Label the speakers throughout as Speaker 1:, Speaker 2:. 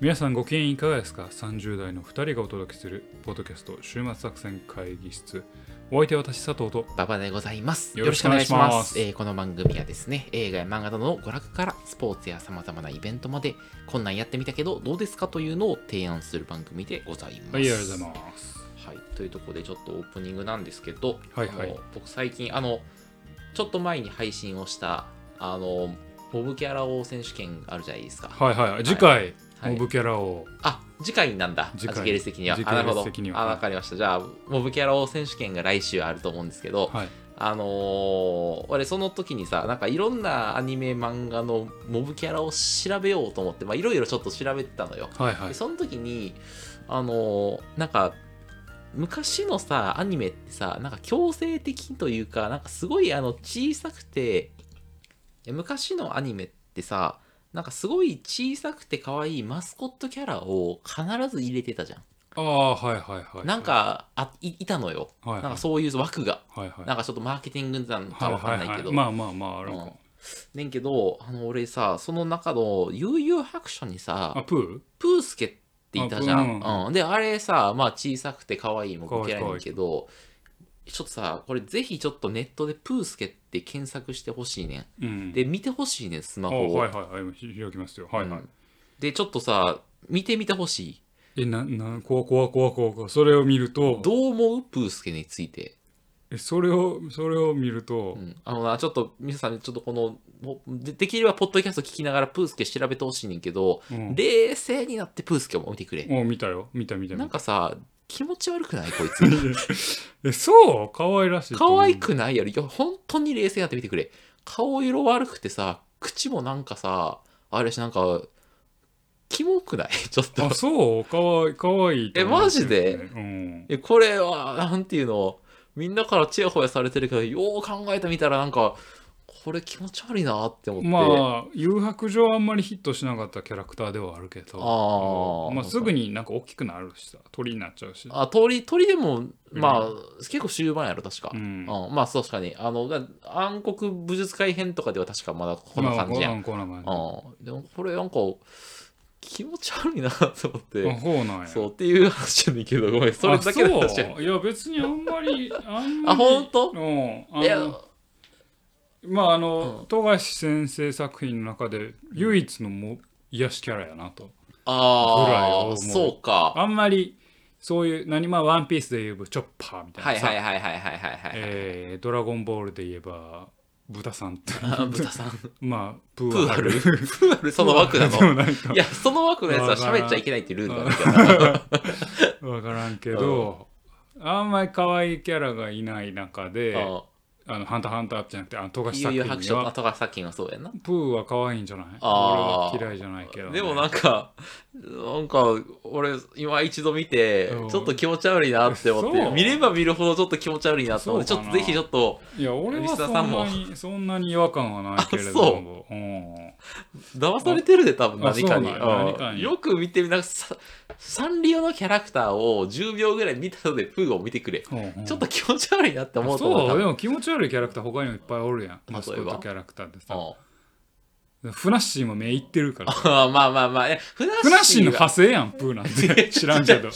Speaker 1: 皆さんご機嫌いかがですか ?30 代の2人がお届けするポッドキャスト週末作戦会議室お相手は私佐藤と
Speaker 2: ババでございます。
Speaker 1: よろ
Speaker 2: よろ
Speaker 1: し
Speaker 2: し
Speaker 1: く
Speaker 2: く
Speaker 1: お願
Speaker 2: お願
Speaker 1: い
Speaker 2: い
Speaker 1: し
Speaker 2: し
Speaker 1: ます
Speaker 2: ます。えーこの番組はですね、映画や漫画などの娯楽からスポーツや様々なイベントまで、こんなんやってみたけど、どうですかというのを提案する番組でございます。
Speaker 1: はい、ありがとうございます。
Speaker 2: す。はい、というところでちょっとオープニングなんですけど、
Speaker 1: はいはい
Speaker 2: あの僕最近、あの、ちょっと前に配信をした、あの、モブキャラ王選手権あるじゃないですか。
Speaker 1: はいはい、次回、
Speaker 2: はい
Speaker 1: モブキャラを、
Speaker 2: あ、次回なんだ。
Speaker 1: 次
Speaker 2: 次
Speaker 1: 回
Speaker 2: 回時系列的には。
Speaker 1: 時系
Speaker 2: あ、なるほ
Speaker 1: 列
Speaker 2: ど。
Speaker 1: 的には
Speaker 2: あ、わかりました。じゃあ、モブキャラ王選手権が来週あると思うんですけど、
Speaker 1: はい、
Speaker 2: あのー俺その時にさなんかいろんなアニメ漫画のモブキャラを調べようと思ってまあいろいろちょっと調べてたのよ、
Speaker 1: はいはい
Speaker 2: で。その時にあのーなんか昔のさアニメってさなんか強制的というかなんかすごいあの小さくていや昔のアニメってさなんかすごい小さくて可愛いマスコットキャラを必ず入れてたじゃん、
Speaker 1: ああ、はいはいはい。
Speaker 2: なん、かあいいたのよ、
Speaker 1: はいはい
Speaker 2: なんかそういう枠が
Speaker 1: はいはい。
Speaker 2: なんかちょっとマーケティングなのかわかんないけど、
Speaker 1: まあまあまあ、なんか
Speaker 2: ねんけどあの俺さその中の悠々白書に
Speaker 1: あ、
Speaker 2: さ
Speaker 1: プ
Speaker 2: プースケっていたじゃん、
Speaker 1: あ
Speaker 2: うんであれさまあ小さくて可愛いもんキャラやねんけどちょっとさこれぜひちょっとネットでプースケって検索してほしいね
Speaker 1: ーうん。
Speaker 2: んで見てほしいねんス
Speaker 1: あ
Speaker 2: マホを、。
Speaker 1: はいはいはい、今ひ開きますよ。はいはいう
Speaker 2: んでちょっとさ見てみてほしい
Speaker 1: え、な、な、怖怖怖怖怖それを見ると、
Speaker 2: どう思うプースケについて、
Speaker 1: えそれを、それを見ると
Speaker 2: う、ん、あのなちょっと皆さんちょっとこのもでできればポッドキャスト聞きながらプースケ調べてほしいねんけど、
Speaker 1: うん。
Speaker 2: 冷静になってプースケを見てくれ。
Speaker 1: お見たよ。見た見た見た
Speaker 2: なんかさ、気持ち悪くないこいつ。
Speaker 1: え、そう可愛らしいと思う。
Speaker 2: 可愛くないやろ。いや、本当に冷静になって見てくれ。顔色悪くてさ、口もなんかさ、あれし、なんか、キモくない ちょっと
Speaker 1: あ、。そうかわいい、かわいいと思う。
Speaker 2: えマジで
Speaker 1: うん。
Speaker 2: え、これは、なんていうの、みんなからチヤホヤされてるけど、よう考えてみたらなんか、これ気持ち悪いなって思って。
Speaker 1: まあ、誘白上はあんまりヒットしなかったキャラクターではあるけど、
Speaker 2: あー
Speaker 1: まあ、すぐになんか大きくなるしさ、鳥になっちゃうし。
Speaker 2: あ、鳥、鳥でも、まあ、結構終盤やろ、確か。
Speaker 1: うん
Speaker 2: うん、まあ、確かに。あの、だ暗黒武術会編とかでは確かまだこんな感じやん。
Speaker 1: まあこんなこんな感
Speaker 2: うん、でもこれなんか気持ち悪いなと思っ
Speaker 1: じ。あ
Speaker 2: て、
Speaker 1: そうなんや。
Speaker 2: そうっていう話じゃねえけどごめんそれだけの話じゃ
Speaker 1: あそういや、別にあんまり、あんま
Speaker 2: あ
Speaker 1: り。
Speaker 2: 本当
Speaker 1: うん。あ
Speaker 2: いや
Speaker 1: のまあ、あの
Speaker 2: う、
Speaker 1: 富樫先生作品の中で唯一のも癒しキャラやなと。ぐらいは
Speaker 2: あ
Speaker 1: 思う
Speaker 2: あそうか
Speaker 1: あんまり、そういう、何、まあ、ワンピースで言えばチョッパーみた
Speaker 2: はい
Speaker 1: な
Speaker 2: い
Speaker 1: さ
Speaker 2: はいはいはいはいはいはい、
Speaker 1: えードラゴンボールで言えば、豚さん と
Speaker 2: あ豚さんプ
Speaker 1: まあ、プ
Speaker 2: ー
Speaker 1: ーア
Speaker 2: ア
Speaker 1: ル
Speaker 2: ルプーアルその 枠な
Speaker 1: でも
Speaker 2: の
Speaker 1: なんか
Speaker 2: いやその枠のやつは喋っちゃいけないっていうルールなんだけどな
Speaker 1: 分からんけど、あんまり可愛いキャラがいない中で「あのハンターハンター」じゃなくてあの富
Speaker 2: うん
Speaker 1: 樫
Speaker 2: 悠
Speaker 1: 作
Speaker 2: 々白
Speaker 1: 品
Speaker 2: 書
Speaker 1: は
Speaker 2: とか作品はそうやんな
Speaker 1: プーは可愛いんじゃない俺
Speaker 2: あー
Speaker 1: は嫌いじゃないけどね、
Speaker 2: でもなんか、なんか、俺、今一度見て
Speaker 1: うん、
Speaker 2: ちょっと気持ち悪いなって思っ
Speaker 1: そ
Speaker 2: て、
Speaker 1: う
Speaker 2: 見れば見るほどちょっと気持ち悪いなと思って、ち
Speaker 1: そう
Speaker 2: ょ
Speaker 1: か
Speaker 2: っ
Speaker 1: な
Speaker 2: とぜひちょっと、
Speaker 1: いや俺はそん
Speaker 2: リスナーさん
Speaker 1: な
Speaker 2: も
Speaker 1: にそんなに違和感はないけれどもうん
Speaker 2: 騙されてるで、多分
Speaker 1: あ
Speaker 2: 何かに
Speaker 1: そうなんや
Speaker 2: うん
Speaker 1: 何かに
Speaker 2: よく見てみ、なんかさ、サンリオのキャラクターを10秒ぐらい見たので、プーを見てくれ。
Speaker 1: うんうん
Speaker 2: ちょっと気持ち悪いなって思うと思う
Speaker 1: そ
Speaker 2: 多
Speaker 1: うで
Speaker 2: 分。
Speaker 1: も気持ち悪いキャラクター他にもいっぱいおるやん
Speaker 2: えば
Speaker 1: マスコットキャラクターってさ
Speaker 2: うん
Speaker 1: フナッシーも目いってるから
Speaker 2: あまあまあまあ、えふなっ
Speaker 1: フナッシー
Speaker 2: し
Speaker 1: の
Speaker 2: ーは
Speaker 1: 派生やんプーなんて知らんけど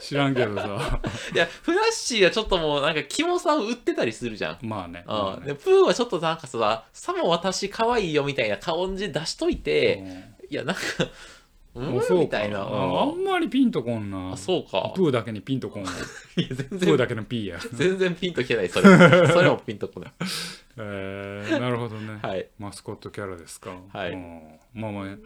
Speaker 1: 知らんけどさ
Speaker 2: いや、ふなっしーはちょっともう、なんか、キモさを売ってたりするじゃん。
Speaker 1: まあねまあ
Speaker 2: うん、
Speaker 1: ね
Speaker 2: でプーはちょっとなんかささも私可愛いよみたいな感じ出しといて、
Speaker 1: うん
Speaker 2: いやなんかうん
Speaker 1: あそうか
Speaker 2: みたいな、
Speaker 1: あ
Speaker 2: うん
Speaker 1: あんまりピンとこんな
Speaker 2: あそうか
Speaker 1: プーだけにピンとこ んわ
Speaker 2: いや全
Speaker 1: プー
Speaker 2: 然
Speaker 1: だけのピーや
Speaker 2: 全然ピンときてないそ れそれもピンとこない
Speaker 1: えーなるほどね、
Speaker 2: はい
Speaker 1: マスコットキャラですか
Speaker 2: はい
Speaker 1: うんまあまあね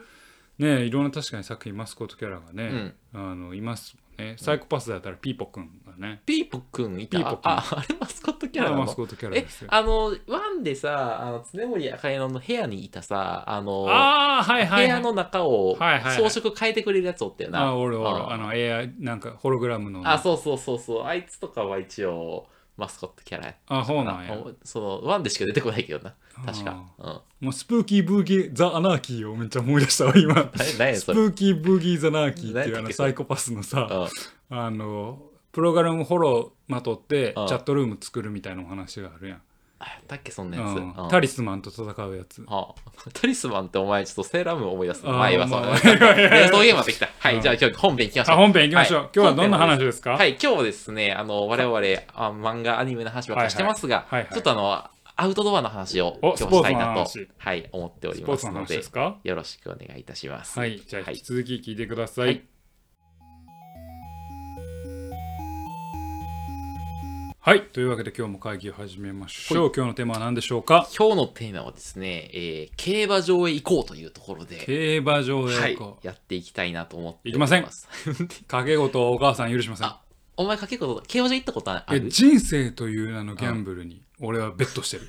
Speaker 1: ねいろんな確かに作品マスコットキャラがね、あのいますもんねサイコパスだったらピーポくんがね、
Speaker 2: ピーポくんいた
Speaker 1: ピーポくん
Speaker 2: ああれマスコットキャラな
Speaker 1: まあマスコ
Speaker 2: の
Speaker 1: ットキャラ
Speaker 2: え
Speaker 1: ですよ
Speaker 2: あのワンでさあの常森赤江の部屋にいたさあの
Speaker 1: ああはいはい、
Speaker 2: 部屋
Speaker 1: はい、
Speaker 2: の中を
Speaker 1: はいはいはい
Speaker 2: 装飾変えてくれるやつおったよな、
Speaker 1: あおるおる
Speaker 2: うん
Speaker 1: あの AI なんかホログラムの
Speaker 2: あそうそうそうそうあいつとかは一応マスコットキャラやった
Speaker 1: あそうなんや
Speaker 2: あそのワンでしか出てこないけどな確か、うん、
Speaker 1: もうスプーキーブーギーザ・アナーキーをめっちゃ思い出したわ 今
Speaker 2: 何何や
Speaker 1: スプ
Speaker 2: それ、うん、
Speaker 1: ーキーブーギーザ・ナーキーっていうあ
Speaker 2: 何やったっ
Speaker 1: の
Speaker 2: け
Speaker 1: サイコパスのさ
Speaker 2: あ
Speaker 1: あのプログラムフォローまとってチ
Speaker 2: うん
Speaker 1: ャットルーム作るみたいなお話があるやん
Speaker 2: だっけそんな
Speaker 1: う
Speaker 2: やつ、
Speaker 1: ん
Speaker 2: うん
Speaker 1: タリスマンと戦うやつ
Speaker 2: ああタリスマンってお前ちょっとセーラームーン思い出す
Speaker 1: ああ
Speaker 2: 前はそう
Speaker 1: まあ
Speaker 2: だねそういうゲームはできたは
Speaker 1: うん
Speaker 2: いじゃあ今日本編いきましょ
Speaker 1: あ
Speaker 2: う
Speaker 1: 本編行きましょう、
Speaker 2: はい
Speaker 1: 今日はどんな話ですか
Speaker 2: はい、今日はですね、あの、我々、あ漫画、アニメの話ばっかりしてますが、
Speaker 1: はいはいはいはい
Speaker 2: ちょっとあの、アウトドアの話を今
Speaker 1: お
Speaker 2: 日したいなと
Speaker 1: スポーツの話、
Speaker 2: はい、思っており
Speaker 1: スポー
Speaker 2: ま
Speaker 1: ツ
Speaker 2: す
Speaker 1: の
Speaker 2: の
Speaker 1: 話
Speaker 2: で
Speaker 1: で、すか
Speaker 2: よろしくお願いいたします。
Speaker 1: はいじゃあ
Speaker 2: は
Speaker 1: 引
Speaker 2: い
Speaker 1: き続き聞いてください
Speaker 2: はい
Speaker 1: はいというわけで今日も会議を始めましょう、今日のテーマは何でしょうか
Speaker 2: 今日のテーマはですね、えー競馬場へ行こうというところで、
Speaker 1: 競馬場
Speaker 2: は
Speaker 1: へ
Speaker 2: い
Speaker 1: 行こ、う、
Speaker 2: やっていきたいなと思ってお
Speaker 1: 行きません
Speaker 2: ます。
Speaker 1: 掛け事はお母さん許しません
Speaker 2: あ お前、かけっこと、競馬場行ったことあ
Speaker 1: え
Speaker 2: る
Speaker 1: 人生という名のギャンブルに俺はベットしてる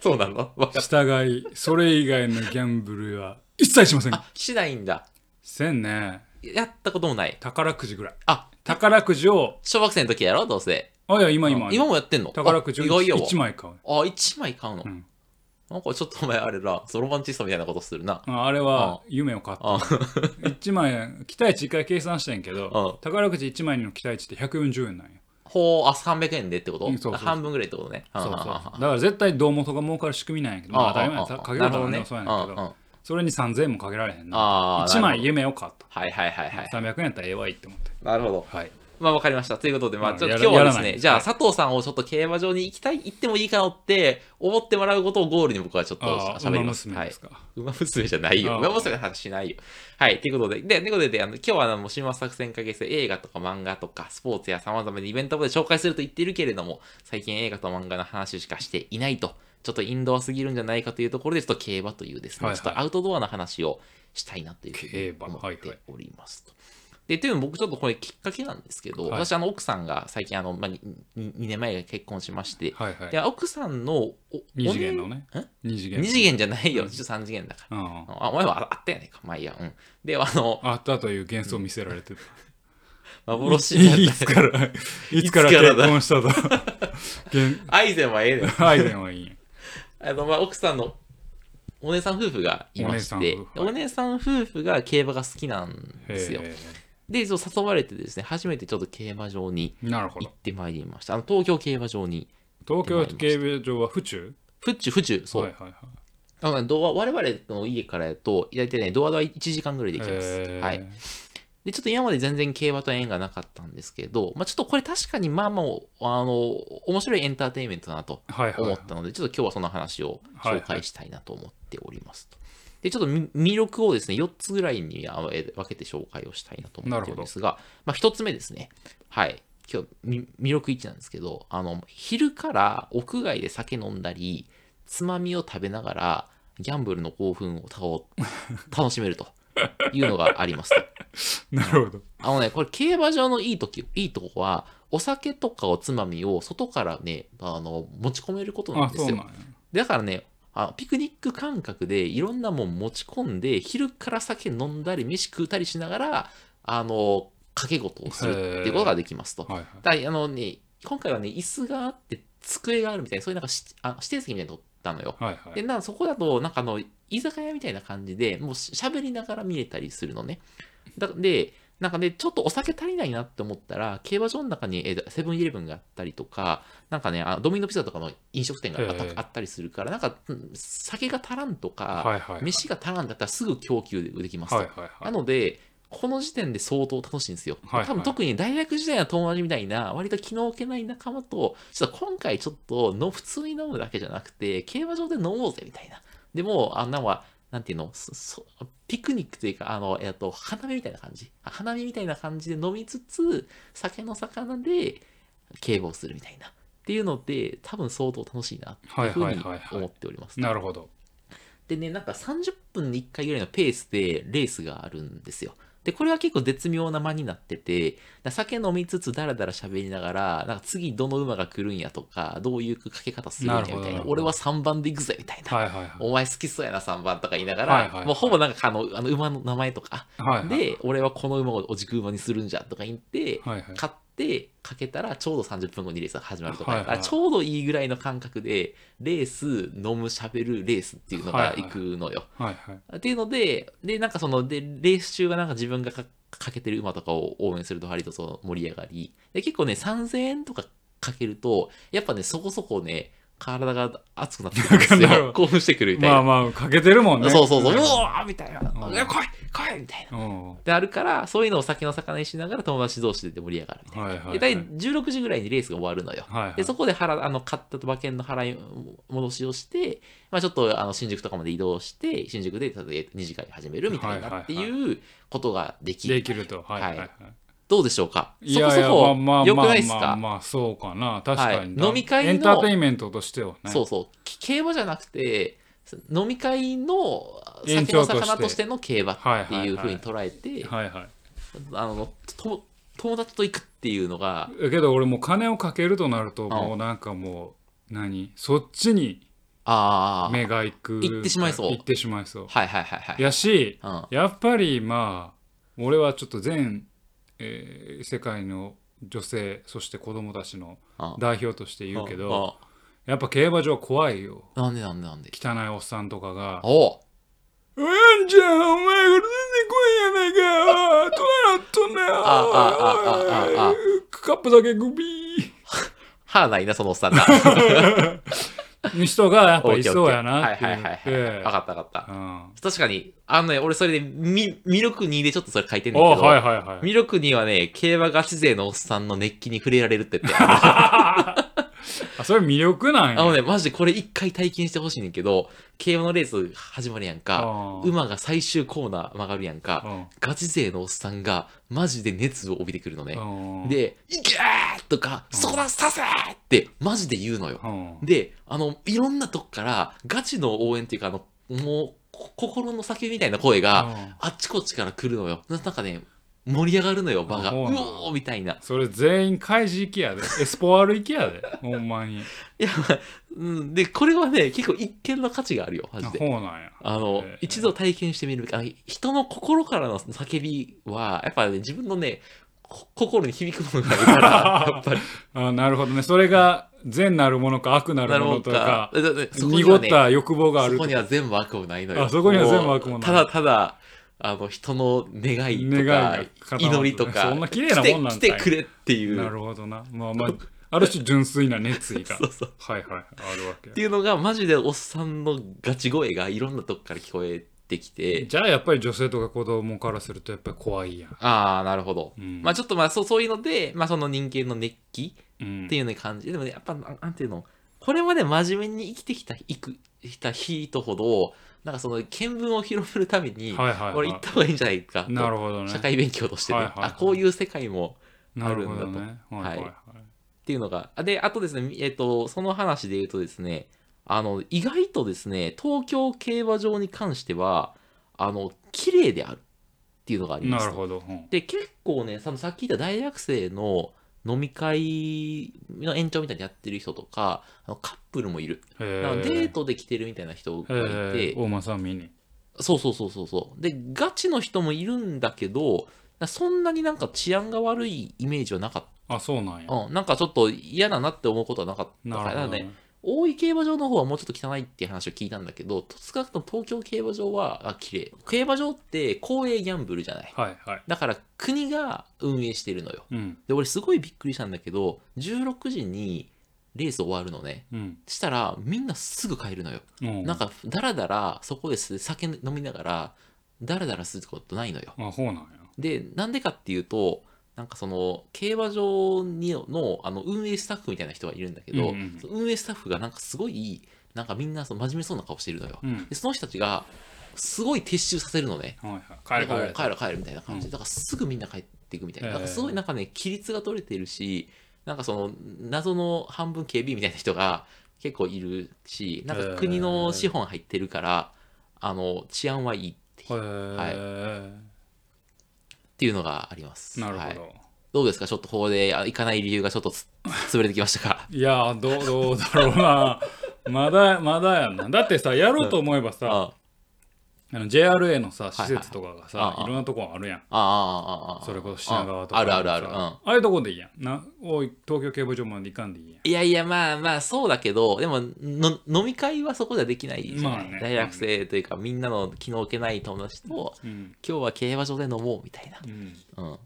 Speaker 2: そうなのわかっ た
Speaker 1: 従いそれ以外のギャンブルは一切しません
Speaker 2: あ、しないんだ。
Speaker 1: せんね
Speaker 2: やったこともない。
Speaker 1: 宝くじぐらい
Speaker 2: あ、
Speaker 1: 宝くじを
Speaker 2: 小学生の時やろどうせ。
Speaker 1: あいや今今
Speaker 2: 今もやってんの
Speaker 1: 宝くじを
Speaker 2: あ意外やわ
Speaker 1: 1枚買う
Speaker 2: あ、1枚買うの、
Speaker 1: うん
Speaker 2: なんかちょっとお前あれら、ゾロマンチストみたいなことするな。
Speaker 1: ああれは夢を買った
Speaker 2: あ
Speaker 1: 1枚期待値1回計算してんけど
Speaker 2: うん
Speaker 1: 宝くじ1枚の期待値って140円なんよ
Speaker 2: ほう、あ、300円でってこと
Speaker 1: うんそうそう
Speaker 2: 半分ぐらいってことね。
Speaker 1: そうそうだ
Speaker 2: あ
Speaker 1: か
Speaker 2: あ
Speaker 1: ら絶対胴元が儲かる仕組みなんやけどまあ当たり前や
Speaker 2: ああ
Speaker 1: さ
Speaker 2: あ
Speaker 1: かけるとは
Speaker 2: な
Speaker 1: ね
Speaker 2: る
Speaker 1: そう
Speaker 2: ほ
Speaker 1: や
Speaker 2: ど
Speaker 1: ねんけ
Speaker 2: うんうん
Speaker 1: どそれに3000円もかけられへんな
Speaker 2: ああ
Speaker 1: 1枚
Speaker 2: なる
Speaker 1: 夢を買っ
Speaker 2: ほどはいはいはいは
Speaker 1: た
Speaker 2: い。
Speaker 1: 300円やったらええわいいって思って
Speaker 2: なるほど。
Speaker 1: はい
Speaker 2: まあわかりました。ということで、まあ
Speaker 1: うん
Speaker 2: ちょっ
Speaker 1: や
Speaker 2: と
Speaker 1: ら
Speaker 2: 今日はです
Speaker 1: やらないで
Speaker 2: ね、
Speaker 1: す
Speaker 2: じゃ
Speaker 1: は
Speaker 2: あ
Speaker 1: い
Speaker 2: 佐藤さんをちょっと競馬場に行きたい、行ってもいいかなって思ってもらうことをゴールに僕はちょっと
Speaker 1: ああ
Speaker 2: 喋
Speaker 1: 馬
Speaker 2: ります。
Speaker 1: 娘
Speaker 2: はい
Speaker 1: です。か
Speaker 2: 馬娘じゃない
Speaker 1: あ
Speaker 2: よ。
Speaker 1: あ
Speaker 2: 馬娘の話しないよ。はい。ということで、で、ということで、あの今日はあの、もう島作戦会議室映画とか漫画とかスポーツや様々なイベントまで紹介すると言っているけれども、最近映画と漫画の話しかしていないと、ちょっとインドアすぎるんじゃないかというところで、ちょっと競馬というですね、
Speaker 1: はいはい
Speaker 2: ちょっとアウトドアの話をしたいなというふう
Speaker 1: 競
Speaker 2: に
Speaker 1: 馬
Speaker 2: 思
Speaker 1: はい
Speaker 2: っ
Speaker 1: はい
Speaker 2: ておりますと。で、というのも僕ちょっとこれきっかけなんですけど、
Speaker 1: はい
Speaker 2: 私あの奥さんが最近あの、まあ、2, 年前が結婚しまして、
Speaker 1: はいはい
Speaker 2: で奥さんのお
Speaker 1: 二次元の
Speaker 2: ね
Speaker 1: ね
Speaker 2: え
Speaker 1: 二次元
Speaker 2: 2次元じゃないよ、ちょっと3次元だから。
Speaker 1: うん
Speaker 2: あ、お前はああったやないか。まあいいや、うん。で、あの、
Speaker 1: あったという幻想を見せられてた
Speaker 2: 幻になった
Speaker 1: いいつ から、いつから
Speaker 2: いつから
Speaker 1: 結
Speaker 2: だ
Speaker 1: 婚したと。げん
Speaker 2: アイゼンはええねん。
Speaker 1: アイデンはいいんや。
Speaker 2: あの、まあ、奥さんのお姉さん夫婦がいまして、
Speaker 1: お
Speaker 2: お
Speaker 1: 姉さ
Speaker 2: 姉
Speaker 1: ん夫婦
Speaker 2: さん夫婦が競馬が好きなんですよ。
Speaker 1: へ
Speaker 2: で、そう誘われてですね、初めてちょっと競馬場に
Speaker 1: えなるほ
Speaker 2: 行
Speaker 1: ど
Speaker 2: っ。てまいりました。あの、東京競馬場に。
Speaker 1: 東京競馬場は府中
Speaker 2: 府中、府中、そう。
Speaker 1: はいはいはい。
Speaker 2: あのドア我々の家からやと、大体ね、ドアドア1時間ぐらいで行きます。
Speaker 1: へえ
Speaker 2: はい。で、ちょっと今まで全然競馬と縁がなかったんですけど、まあ、ちょっとこれ確かにまあまあ、あの、面白いエンターテインメントだなと
Speaker 1: はいはい
Speaker 2: 思
Speaker 1: はい
Speaker 2: っ。たので、ちょっと今日はその話を
Speaker 1: はいはい
Speaker 2: 紹介したいなと思っておりますと。で、ちょっとみ魅力をですね、4つぐらいにあえ分けて紹介をしたいなと思ってるんですが、まあ、1つ目ですね。はい。今日、み魅力1なんですけど、あの、昼から屋外で酒飲んだり、つまみを食べながら、ギャンブルの興奮をたお 楽しめるというのがありますと。
Speaker 1: なるほど。
Speaker 2: あのね、これ競馬場のいいとき、いいとこは、お酒とかおつまみを外からね、あの、持ち込めることな
Speaker 1: あ
Speaker 2: ん、で
Speaker 1: そう
Speaker 2: す
Speaker 1: なん
Speaker 2: よ。
Speaker 1: や。
Speaker 2: だからね、あピクニック感覚でいろんなもん持ち込んで、昼から酒飲んだり、飯食うたりしながら、あの、掛け事をするっていうことができますと。
Speaker 1: はいはい。
Speaker 2: だあのね、今回はね、椅子があって、机があるみたいな、そういうなんかしあ指定席みたいなの取ったのよ。
Speaker 1: はいは
Speaker 2: で
Speaker 1: い。
Speaker 2: なんかそこだとなんかあの居酒屋みたいな感じでもうししゃべりながら見れたりするのねだでなんかねちょっとお酒足りないなって思ったら競馬場の中にえーセブンイレブンがあったりとかなんかねあドミノピザとかの飲食店があった
Speaker 1: へえ
Speaker 2: あったりするからなんかうん酒が足らんとか、
Speaker 1: はいはい。
Speaker 2: 飯が足らんだったらすぐ供給できますと、
Speaker 1: はいはいは。
Speaker 2: ないのでこの時点で相当楽しいんですよ、
Speaker 1: はいはい
Speaker 2: 多分特に大学時代の友達みたいな割と気の置けない仲間とちょっと今回ちょっとの普通に飲むだけじゃなくて競馬場で飲もうぜみたいなでもあんなはなんていうのそそピクニックというかあの、えっと花見みたいな感じあ花見みたいな感じで飲みつつ酒の魚で競馬をするみたいなっていうので多分相当楽しいなっていうふう
Speaker 1: はい
Speaker 2: に
Speaker 1: はいはいはい
Speaker 2: 思っております、
Speaker 1: なるほど。
Speaker 2: でね、なんか30分に1回ぐらいのペースでレースがあるんですよ。で、これは結構絶妙な間になってて、酒飲みつつダラダラ喋りながら、なんか次どの馬が来るんやとか、どういうかけ方するんやみた
Speaker 1: なるほどな
Speaker 2: いな
Speaker 1: る、ほど
Speaker 2: 俺は3番で行くぜみたいな、
Speaker 1: はいはいはい。
Speaker 2: お前好きそうやな3番とか言いながら、
Speaker 1: はいはいはい
Speaker 2: もうほぼなんかあのあの馬の名前とか、
Speaker 1: はいはい。
Speaker 2: で、俺はこの馬をお軸馬にするんじゃとか言って、
Speaker 1: はいはい。
Speaker 2: 買ってかけたらちょうど30分後にレースが始まるとか、
Speaker 1: はいはい
Speaker 2: だからちょうどいいぐらいの感覚でレース飲むしゃべるレースっていうの
Speaker 1: はい
Speaker 2: が
Speaker 1: はい
Speaker 2: 行くのよ。
Speaker 1: はいはい。
Speaker 2: っていうのででなんかそのでレース中はなんか自分がかかけてる馬とかを応援すると割とその盛り上がりで結構ね3000円とかかけるとやっぱねそこそこねか体が熱くなってくるんです
Speaker 1: なんかなる
Speaker 2: よ。興奮してくるみたいな。
Speaker 1: まあまあかけてるもんね
Speaker 2: そうそうそう、う
Speaker 1: う
Speaker 2: わーみたいな。
Speaker 1: うん
Speaker 2: いや来い来いみたいな。
Speaker 1: んは
Speaker 2: で、あるから、そういうのを酒の魚にしながら友達同士で盛り上がるみたい
Speaker 1: いはいは
Speaker 2: な。
Speaker 1: い
Speaker 2: で、大体16時ぐらいにレースが終わるのよ。
Speaker 1: はいはい
Speaker 2: で、そこで払あの買った馬券の払い戻しをして、まあ、ちょっとあの新宿とかまで移動して、新宿で例えば2次会始めるみたいなっていうことができる。
Speaker 1: できるとはいはいはい
Speaker 2: どうでしょうか
Speaker 1: いやいや
Speaker 2: そこそこ、
Speaker 1: まあ
Speaker 2: 良く
Speaker 1: まあ
Speaker 2: ないですか、
Speaker 1: まあまあまあそうかな確かに、
Speaker 2: はい飲み会の
Speaker 1: エンターテインメントとしてはね
Speaker 2: そうそうき競馬じゃなくて飲み会の
Speaker 1: 延
Speaker 2: 酒の
Speaker 1: 長として
Speaker 2: 魚としての競馬っていうふうに捉えて、
Speaker 1: はいはい
Speaker 2: あのと友達と行くっていうのが
Speaker 1: だけど俺もう金をかけるとなると
Speaker 2: ん
Speaker 1: もうなんかもう何そっちに
Speaker 2: ああはい
Speaker 1: 目が行く
Speaker 2: 行ってしまいそう
Speaker 1: 行ってしまいそう
Speaker 2: はいはいはい
Speaker 1: やし
Speaker 2: うん、あ
Speaker 1: やっぱりまあ俺はちょっと全、えー世界の女性そして子供たちの
Speaker 2: あ
Speaker 1: 代表として言うけどやっぱ競馬場怖いよ
Speaker 2: あなんでなんでなんで
Speaker 1: 汚いおっさんとかが
Speaker 2: お
Speaker 1: 「
Speaker 2: う
Speaker 1: うんじゃんお前これ出てこいやないかどうなっとんだよ
Speaker 2: ああああああ
Speaker 1: カップだけグビー」
Speaker 2: 腹ないなそのおっさ んが
Speaker 1: 人がやっぱ
Speaker 2: オッ
Speaker 1: い
Speaker 2: ケー
Speaker 1: そうや
Speaker 2: オ
Speaker 1: な
Speaker 2: ッ
Speaker 1: っ
Speaker 2: ケ
Speaker 1: て
Speaker 2: ーは
Speaker 1: 言
Speaker 2: い
Speaker 1: っ
Speaker 2: はいはいは
Speaker 1: て
Speaker 2: い分かった分かっ
Speaker 1: う
Speaker 2: た
Speaker 1: ん
Speaker 2: 確かにあのね俺それでみ魅力2でちょっとそれ書いてん
Speaker 1: あ
Speaker 2: だけど、
Speaker 1: はいはいはい
Speaker 2: 魅力2はね競馬ガチ勢のおっさんの熱気に触れられるって言って
Speaker 1: あそれ魅力なんや
Speaker 2: あのね、マジでこれ一回体験してほしいねんけど、競馬のレース始まるやんか、
Speaker 1: あー
Speaker 2: 馬が最終コーナー曲がるやんか、ガチ勢のおっさんがマジで熱を帯びてくるのね。
Speaker 1: うんうん
Speaker 2: で、いけーとか、
Speaker 1: うん
Speaker 2: そこだ、させーってマジで言うのよ。
Speaker 1: うん
Speaker 2: で、あの、いろんなとこからガチの応援っていうか、あの、もう、こ心の叫びみたいな声が、
Speaker 1: うん
Speaker 2: あっちこっちから来るのよ。ななんかね、盛り上がるのよ、場が。
Speaker 1: あ
Speaker 2: う
Speaker 1: そう
Speaker 2: お
Speaker 1: なんだ
Speaker 2: ーみたいな。
Speaker 1: それ全員開示行き やでエスポワール行きやでほんまに
Speaker 2: いや、まあうん、で、これはね、結構一見の価値があるよ、マ
Speaker 1: あ
Speaker 2: ジで。
Speaker 1: そうなんや
Speaker 2: あの、
Speaker 1: ええ
Speaker 2: 一度体験してみるべきあの人の心からの叫びはやっぱね自分のねこ心に響くものがあるからやっぱり
Speaker 1: あなるほどねそれが善なるものか悪 なるものとか
Speaker 2: なるもんかだだそこに
Speaker 1: 濁
Speaker 2: は
Speaker 1: っ
Speaker 2: ね
Speaker 1: た欲望があ
Speaker 2: そ
Speaker 1: る
Speaker 2: こには全部悪もないのよ
Speaker 1: あそこには全部悪
Speaker 2: も
Speaker 1: も
Speaker 2: う
Speaker 1: ない
Speaker 2: ただただあの人の願いと
Speaker 1: 願いが固ま
Speaker 2: か
Speaker 1: って
Speaker 2: 祈りとか
Speaker 1: そんな綺麗なもんなんかい
Speaker 2: 来て来てくれっていう
Speaker 1: なるほどなまあまあある種純粋な熱意が
Speaker 2: そうそう
Speaker 1: はいはいあるわけ
Speaker 2: っていうのがマジでおっさんのガチ声がいろんなとこから聞こえてきて
Speaker 1: じゃあやっぱり女性とか子供からするとやっぱり怖いやん。
Speaker 2: ああなるほど、
Speaker 1: うん
Speaker 2: まあちょっとまあそうそういうので、まあ、その人間の熱気
Speaker 1: うん
Speaker 2: っていうね感じでもねやっぱななんていうのこれまで真面目に生きてきたいくきた人ほどなんかその見聞を広めるために、
Speaker 1: はいはい、はい。
Speaker 2: 俺行った方がいいんじゃないかと
Speaker 1: なるほどね。
Speaker 2: 社会勉強としてね、
Speaker 1: はいはいはい
Speaker 2: あこういう世界も
Speaker 1: なるほどね。
Speaker 2: あるんだと
Speaker 1: はいはいはい。
Speaker 2: っていうのがあであとですね、えっとその話で言うとですねあの意外とですね東京競馬場に関してはあの綺麗であるっていうのがありま
Speaker 1: な
Speaker 2: す
Speaker 1: るほど。うん
Speaker 2: で結構ねそのさっき言った大学生の飲み会の延長みたいにやってる人とかあのカップルもいる、
Speaker 1: へ
Speaker 2: なんかデートで来てるみたいな人がい
Speaker 1: へ
Speaker 2: て
Speaker 1: え。大間さん見に。
Speaker 2: そうそうそうそうそうでガチの人もいるんだけどそんなになんか治安が悪いイメージはなかっ
Speaker 1: あ、そうなんや。
Speaker 2: た、うん、なんかちょっと嫌だなって思うことはなかった
Speaker 1: な
Speaker 2: か
Speaker 1: る
Speaker 2: ら
Speaker 1: ほど、
Speaker 2: ね
Speaker 1: ね。
Speaker 2: 大井競馬場の方はもうちょっと汚いっていう話を聞いたんだけど少なくとも東京競馬場はあ綺麗競馬場って公営ギャンブルじゃない
Speaker 1: はいはい。
Speaker 2: だから国が運営してるのよ。
Speaker 1: うん。
Speaker 2: で、俺すごいびっくりしたんだけど、16時にレース終わるのね。
Speaker 1: うん。
Speaker 2: したらみんなすぐ帰るのよ。
Speaker 1: うん、
Speaker 2: なんかだらだらそこです酒飲みながらだらだらすることないのよ。
Speaker 1: あ、そうなんや。
Speaker 2: で、なんでかっていうと、なんかその競馬場にのあの運営スタッフみたいな人がいるんだけど、
Speaker 1: うんうん
Speaker 2: その運営スタッフがなんかすごいなんかみんなその真面目そうな顔してるのよ。
Speaker 1: うん。
Speaker 2: で、その人たちがすごい撤収させるのね。
Speaker 1: はいはい。帰
Speaker 2: だからも
Speaker 1: る
Speaker 2: う
Speaker 1: 帰
Speaker 2: 帰
Speaker 1: る。
Speaker 2: る帰るみたいな感じで、
Speaker 1: うん
Speaker 2: だからすぐみんな帰っていくみたいな,、
Speaker 1: ええ
Speaker 2: なんかすごいなんかね規律が取れてるしなんかその謎の半分警備みたいな人が結構いるしなんか国の資本入ってるから、あの治安はいいって,、
Speaker 1: へ
Speaker 2: っ
Speaker 1: え
Speaker 2: ていうのがあります
Speaker 1: なるほ
Speaker 2: はい
Speaker 1: ど。
Speaker 2: どうですかちょっとここであ行かない理由がちょっとつ 潰れてきました か
Speaker 1: い、やーどう、どうだろうな。 まだ、まだやな。だってさ、やろうと思えばさ、
Speaker 2: あ
Speaker 1: あの JRA のさ施設とかがさ、
Speaker 2: はい
Speaker 1: い
Speaker 2: はいはい
Speaker 1: ろんなとこあるやん
Speaker 2: あああああ
Speaker 1: それこそ品川とか
Speaker 2: あるあるある、う
Speaker 1: さ
Speaker 2: ん、
Speaker 1: ああいうとこでいいやんなおい東京競馬場まで行かんでいいやん
Speaker 2: いやいや、まあまあ、そうだけど、でもの、飲み会はそこじゃできないじゃない、
Speaker 1: まあね
Speaker 2: 大学生というか、みんなの気の置けない友達と、
Speaker 1: うん
Speaker 2: 今日は競馬場で飲もうみたいな。
Speaker 1: うん
Speaker 2: うん。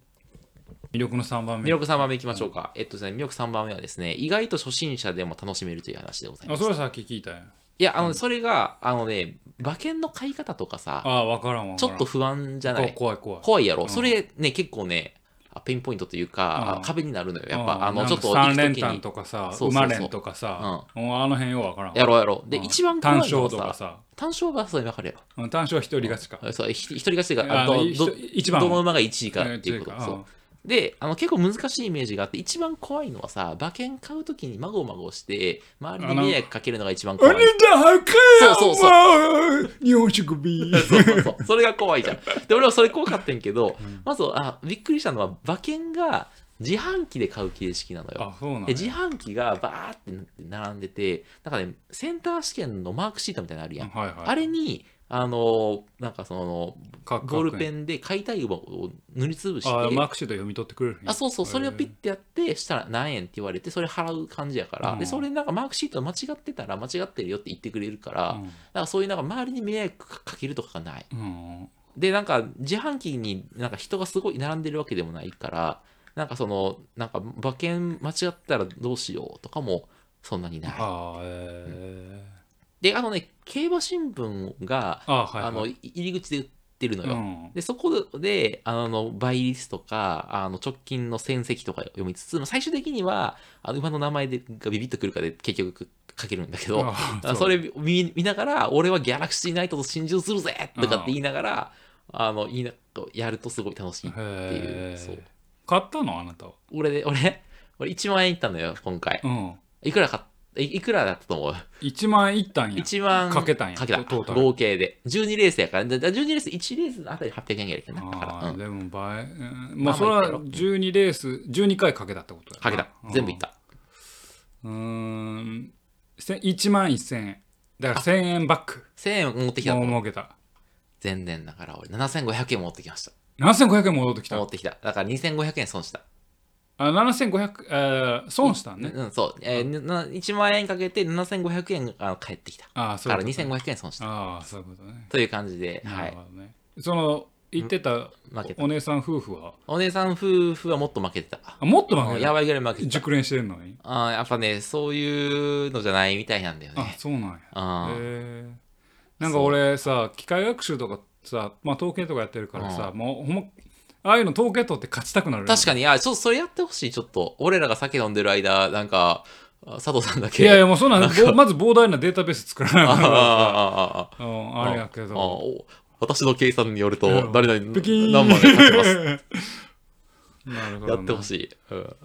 Speaker 1: 魅力の3番
Speaker 2: 魅
Speaker 1: 目
Speaker 2: 力3番目いきましょうか。えっとですね、魅力3番目はですね、意外と初心者でも楽しめるという話でございま
Speaker 1: あ
Speaker 2: す。
Speaker 1: それさっき聞いたやん
Speaker 2: いや、あの、それが、あのね、馬券の買い方とかさ、
Speaker 1: あ分からんわ
Speaker 2: ちょっと不安じゃない
Speaker 1: 怖い怖い
Speaker 2: 怖いやろ、
Speaker 1: うん
Speaker 2: それね、結構ね、あペインポイントというか、
Speaker 1: うん
Speaker 2: あ壁になるのよ。やっ
Speaker 1: うん
Speaker 2: ぱ、あの、
Speaker 1: なんか
Speaker 2: ちょっと行
Speaker 1: 三
Speaker 2: く
Speaker 1: 連
Speaker 2: 時に
Speaker 1: 単。とかさ
Speaker 2: そうそうそう
Speaker 1: 馬連とかさもうあの辺よう分からん
Speaker 2: やろうやろう。で、
Speaker 1: うん
Speaker 2: 一番怖
Speaker 1: 単
Speaker 2: いの
Speaker 1: 勝と
Speaker 2: は
Speaker 1: か
Speaker 2: さ、
Speaker 1: さ
Speaker 2: 単勝はそれ分かるやろ。
Speaker 1: うん単勝一人勝ちか
Speaker 2: あそう、ひ一人勝ちが、あ
Speaker 1: あ
Speaker 2: ど
Speaker 1: の
Speaker 2: ど
Speaker 1: 一一番
Speaker 2: どの馬が1位かっていうこ
Speaker 1: え
Speaker 2: と。
Speaker 1: ー
Speaker 2: そ
Speaker 1: と
Speaker 2: うであの結構難しいイメージがあって一番怖いのはさ馬券買うときにまごまごして周りに迷惑かけるのが一番
Speaker 1: うん
Speaker 2: 怖
Speaker 1: お
Speaker 2: い
Speaker 1: 兄ちゃん早くや
Speaker 2: そうそう
Speaker 1: 日本食 ビー
Speaker 2: そうそう そうそれが怖いじゃんで俺はそれ怖かったんやけど、まずあびっくりしたのは馬券が自販機で買う形式なのよ
Speaker 1: あそうなん
Speaker 2: で
Speaker 1: や
Speaker 2: 自販機がバーって並んでてなんかねセンター試験のマークシートみたいなのあるやん、
Speaker 1: はいはい
Speaker 2: あれにあのなんかその
Speaker 1: か
Speaker 2: ボールペ
Speaker 1: ン
Speaker 2: ンで買いたい馬を塗りつぶして
Speaker 1: あマークシート読み取ってくれるんや
Speaker 2: あそうそう、それをピッ
Speaker 1: へ
Speaker 2: てやって、したら何円って言われて、それ払う感じやから、
Speaker 1: うん
Speaker 2: で、それなんかマークシート間違ってたら、間違ってるよって言ってくれるか
Speaker 1: ー
Speaker 2: ら、なんかそういうなんか周りに迷惑かけるとかがない。
Speaker 1: うんうん
Speaker 2: で、なんか自販機になんか人がすごい並んでるわけでもないから、なんかその、なんか馬券間違ったらどうしようとかもそんなにない。
Speaker 1: あーえ
Speaker 2: で、あのね、競馬新聞が、
Speaker 1: ーあはいはい
Speaker 2: あの、い入り口で売ってるのよ。
Speaker 1: うん
Speaker 2: でそこであの倍率とかあの直近の戦績とか読みつつ最終的にはあの馬の名前でがビビッとくるかで結局かけるんだけど
Speaker 1: あ
Speaker 2: それ見見ながら俺はギャラクシーナイトと心中するぜとかって言いながらあの言いなやるとすごい楽しいってい
Speaker 1: へ
Speaker 2: う
Speaker 1: ー
Speaker 2: そう
Speaker 1: 買ったのあなたは
Speaker 2: 俺で俺俺1万円いったのよ今回
Speaker 1: うん
Speaker 2: いくらかいいくらだったと思う
Speaker 1: 1万いったんや
Speaker 2: 1万
Speaker 1: かけたんや
Speaker 2: かけた
Speaker 1: トータル
Speaker 2: 合計で12レースやからだだ12レース1レースのあたり800円ぐらいだっけなだから、
Speaker 1: あ
Speaker 2: う
Speaker 1: ー
Speaker 2: ん
Speaker 1: でも倍うん
Speaker 2: ま
Speaker 1: ま
Speaker 2: あ
Speaker 1: あそれ
Speaker 2: まあいい
Speaker 1: は
Speaker 2: けど
Speaker 1: 12レース12回かけたってことやな
Speaker 2: かけた全部いった
Speaker 1: うんうーんせ1万1000円だから1000円バック
Speaker 2: 1000円持ってきた
Speaker 1: もう
Speaker 2: の
Speaker 1: 儲けた
Speaker 2: 前年だから俺7500円持ってきまし
Speaker 1: 7500円戻ってき
Speaker 2: た
Speaker 1: た
Speaker 2: 持ってきただから2500円損した
Speaker 1: あ7500えー損したんね
Speaker 2: うんそう、えーな1万円かけて7500円あの返ってきた
Speaker 1: ああそ
Speaker 2: だ
Speaker 1: うい
Speaker 2: か
Speaker 1: う
Speaker 2: ら
Speaker 1: ことね
Speaker 2: 2500円損した
Speaker 1: ああそういうことね
Speaker 2: という感じで、は
Speaker 1: なる
Speaker 2: い
Speaker 1: ほ、どねその言ってた
Speaker 2: 負けた
Speaker 1: お姉さん夫婦は
Speaker 2: お姉さん夫婦はもっと負けてた
Speaker 1: あもっと負
Speaker 2: うん
Speaker 1: け
Speaker 2: や
Speaker 1: た
Speaker 2: ばいぐらい負けてた
Speaker 1: 熟練してるのに
Speaker 2: あーやっぱねそういうのじゃないみたいなんだよ
Speaker 1: あ
Speaker 2: ね
Speaker 1: そうなんや
Speaker 2: あ
Speaker 1: へ
Speaker 2: ー
Speaker 1: えなんか俺さ機械学習とかさ、まあ、統計とかやってるからさ、もうほんまああいうの統計取って勝ちたくなるよね
Speaker 2: 確かにいやちょっとそれやってほしいちょっと俺らが酒飲んでる間なんかあ佐藤さんだけ
Speaker 1: いやいやもうそんなんぼまず膨大なデータベース作らない
Speaker 2: あーあー
Speaker 1: か
Speaker 2: あーあー
Speaker 1: らうんあれやけ
Speaker 2: あ
Speaker 1: ど
Speaker 2: お私の計算による
Speaker 1: う
Speaker 2: と
Speaker 1: ん
Speaker 2: 誰々
Speaker 1: ピキーン
Speaker 2: 何万円かけます
Speaker 1: なるほど
Speaker 2: やってほ
Speaker 1: い
Speaker 2: しい。うん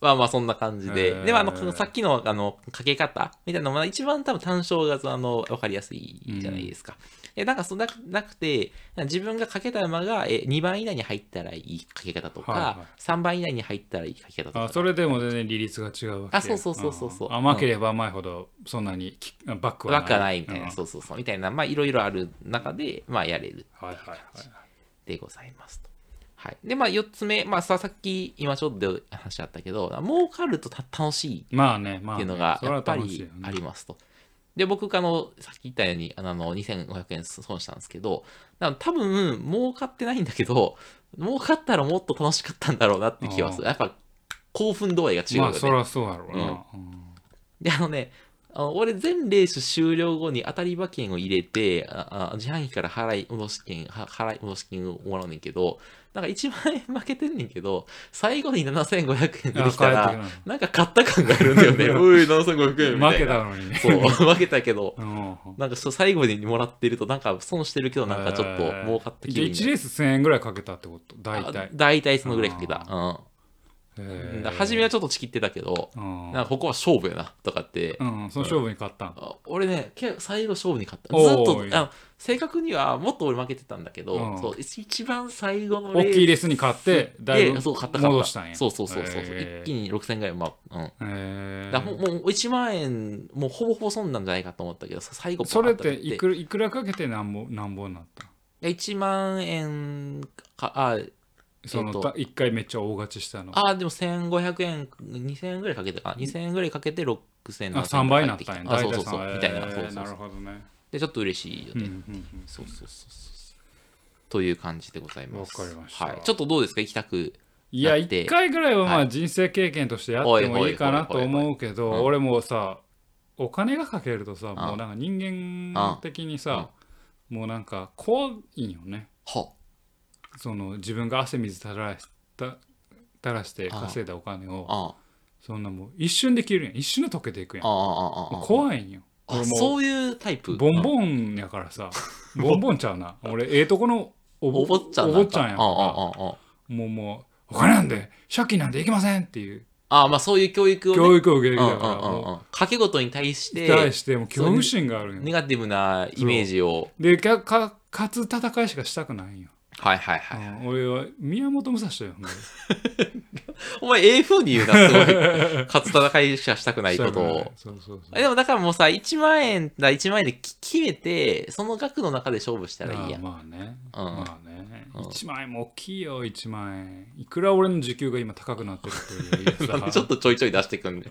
Speaker 2: まあまあそんな感じで。
Speaker 1: へー
Speaker 2: でもあの、さっきのあの、かけ方みたいなのも一番多分単勝があの、わかりやすいじゃないですか。え、なんかそんなくなくて、自分がかけた馬がえ2番以内に入ったらいいかけ方とか、
Speaker 1: はいはい
Speaker 2: 3番以内に入ったらいいかけ方と
Speaker 1: あ
Speaker 2: か。
Speaker 1: それでも全然利率が違うわけ
Speaker 2: あそうそうそうそうそうん
Speaker 1: 甘ければ甘いほどそんなにきバックはない
Speaker 2: バックはないみたいな、
Speaker 1: うん
Speaker 2: そうそうそう、みたいな、まあいろいろある中で、まあやれる
Speaker 1: はいはいはい
Speaker 2: でございますと。はい。で、まあ4つ目、まあささっき今ちょっと話あったけど、儲かるとた楽しい
Speaker 1: まあねま
Speaker 2: っ
Speaker 1: あ
Speaker 2: てい
Speaker 1: ね
Speaker 2: うのが
Speaker 1: それ
Speaker 2: や
Speaker 1: は
Speaker 2: っぱ
Speaker 1: 楽しいよ
Speaker 2: り
Speaker 1: ね
Speaker 2: ありますと。で僕あのさっき言ったようにあのあの2500円損したんですけどだから多分儲かってないんだけど儲かったらもっと楽しかったんだろうなって気はするやっぱ興奮度合いが違うよ
Speaker 1: ま
Speaker 2: ね、
Speaker 1: あそりゃそうやろうなうん
Speaker 2: であのねあの俺全レース終了後に当たり馬券を入れてああ自販機から払い戻し券は払い戻し金をもらうねんけどなんか1万円負けてんねんけど最後に7500円出てきた
Speaker 1: あ帰って
Speaker 2: ら
Speaker 1: くる
Speaker 2: なんか買った感があるんだ よねうい7500円みたいな
Speaker 1: 負けたのにね
Speaker 2: そう負けたけど
Speaker 1: うん
Speaker 2: なんかそう最後にもらってるとなんか損してるけどなんかちょっと儲かった気
Speaker 1: で
Speaker 2: 分
Speaker 1: 1レース1000円ぐらいかけたってこと大体
Speaker 2: あ大体そのぐらいかけた、うん
Speaker 1: へー
Speaker 2: だから初めはちょっとチキってたけど
Speaker 1: うん
Speaker 2: なんかここは勝負やなとかって、
Speaker 1: うんその勝負に勝ったん
Speaker 2: あ俺ね結構最後勝負に勝った
Speaker 1: おー
Speaker 2: ずっ
Speaker 1: いい
Speaker 2: とあの正確にはもっと俺負けてたんだけど、
Speaker 1: うん
Speaker 2: そう一番最後の
Speaker 1: 大きいレー
Speaker 2: ス
Speaker 1: スに勝ってだいぶ
Speaker 2: でそう勝った勝った
Speaker 1: 戻したんや
Speaker 2: そうそうそうそう、
Speaker 1: へー
Speaker 2: 一気に6000ぐらいまあうん
Speaker 1: へー
Speaker 2: だからもうもう1万円もうほぼほぼ損なんじゃないかと思ったけど最後
Speaker 1: それっ
Speaker 2: バー
Speaker 1: て
Speaker 2: と買
Speaker 1: いくらいくらかけてなんぼなんぼになった
Speaker 2: 1万円かあ
Speaker 1: その
Speaker 2: えっと
Speaker 1: た一回めっちゃ大勝ちしたの
Speaker 2: あでも1500円2000円ぐらいかけたかな2000円ぐらいかけて6000円
Speaker 1: あ3倍になったんや
Speaker 2: あそう
Speaker 1: 大体
Speaker 2: そうそう
Speaker 1: 三
Speaker 2: みたいな
Speaker 1: えー
Speaker 2: そうそう
Speaker 1: な
Speaker 2: そ
Speaker 1: る
Speaker 2: う
Speaker 1: ほどね
Speaker 2: でちょっと嬉しいよ
Speaker 1: うんう
Speaker 2: ね、
Speaker 1: んうん
Speaker 2: そうそうそうそうそうという感じでございます
Speaker 1: わかりました
Speaker 2: はい、ちょっとどうですか行きたく
Speaker 1: いや
Speaker 2: だって
Speaker 1: 1回ぐらいはま
Speaker 2: は
Speaker 1: あ
Speaker 2: い
Speaker 1: 人生経験としてやって
Speaker 2: おいおいおい
Speaker 1: も
Speaker 2: おい
Speaker 1: いいかなと思うけど
Speaker 2: うん
Speaker 1: 俺もさお金がかけるとさもううんなんか人間的にさもうなんか怖いんよね
Speaker 2: は
Speaker 1: その自分が汗水垂らした垂らして稼いだお金を
Speaker 2: あ
Speaker 1: そんなもう一瞬で消えるやん一瞬で溶けていくや
Speaker 2: ああ
Speaker 1: ん
Speaker 2: ああ
Speaker 1: もう
Speaker 2: あ
Speaker 1: 怖いんよ
Speaker 2: あ
Speaker 1: 俺も
Speaker 2: そういうタイプ
Speaker 1: ボンボンやから さボンボンちゃうな俺ええとこのお
Speaker 2: お坊ちゃん
Speaker 1: お
Speaker 2: な
Speaker 1: 坊
Speaker 2: ん
Speaker 1: ちゃん
Speaker 2: だ
Speaker 1: や
Speaker 2: あ
Speaker 1: か
Speaker 2: あ
Speaker 1: ら
Speaker 2: あああ
Speaker 1: もうもうお金なんで借金なんていきませんっていう
Speaker 2: ああまあそういう教育をね
Speaker 1: 教育を受けて
Speaker 2: うん
Speaker 1: き
Speaker 2: う
Speaker 1: た
Speaker 2: んう
Speaker 1: か
Speaker 2: ん
Speaker 1: らもう
Speaker 2: うん掛け事に対し
Speaker 1: 対
Speaker 2: て
Speaker 1: してもう恐怖心があるんよ
Speaker 2: ネガティブなイメージを
Speaker 1: でかか勝つ戦いしかしたくないんよ、
Speaker 2: はいはいはい
Speaker 1: うん俺は宮本武蔵だよもう
Speaker 2: お前ええ風に言うなすごい勝つ戦いしかしたくない
Speaker 1: し
Speaker 2: こと
Speaker 1: たくない
Speaker 2: を
Speaker 1: そうそうそう
Speaker 2: えでもだからもうさ1万円だ1万円でき決めてその額の中で勝負したらいいや
Speaker 1: あー
Speaker 2: ん
Speaker 1: まあね、
Speaker 2: うん
Speaker 1: まあね、
Speaker 2: うん
Speaker 1: 1万円も大きいよ1万円いくら俺の時給が今高くなってるという
Speaker 2: なん
Speaker 1: さ
Speaker 2: でちょっとちょいちょい出してく んで。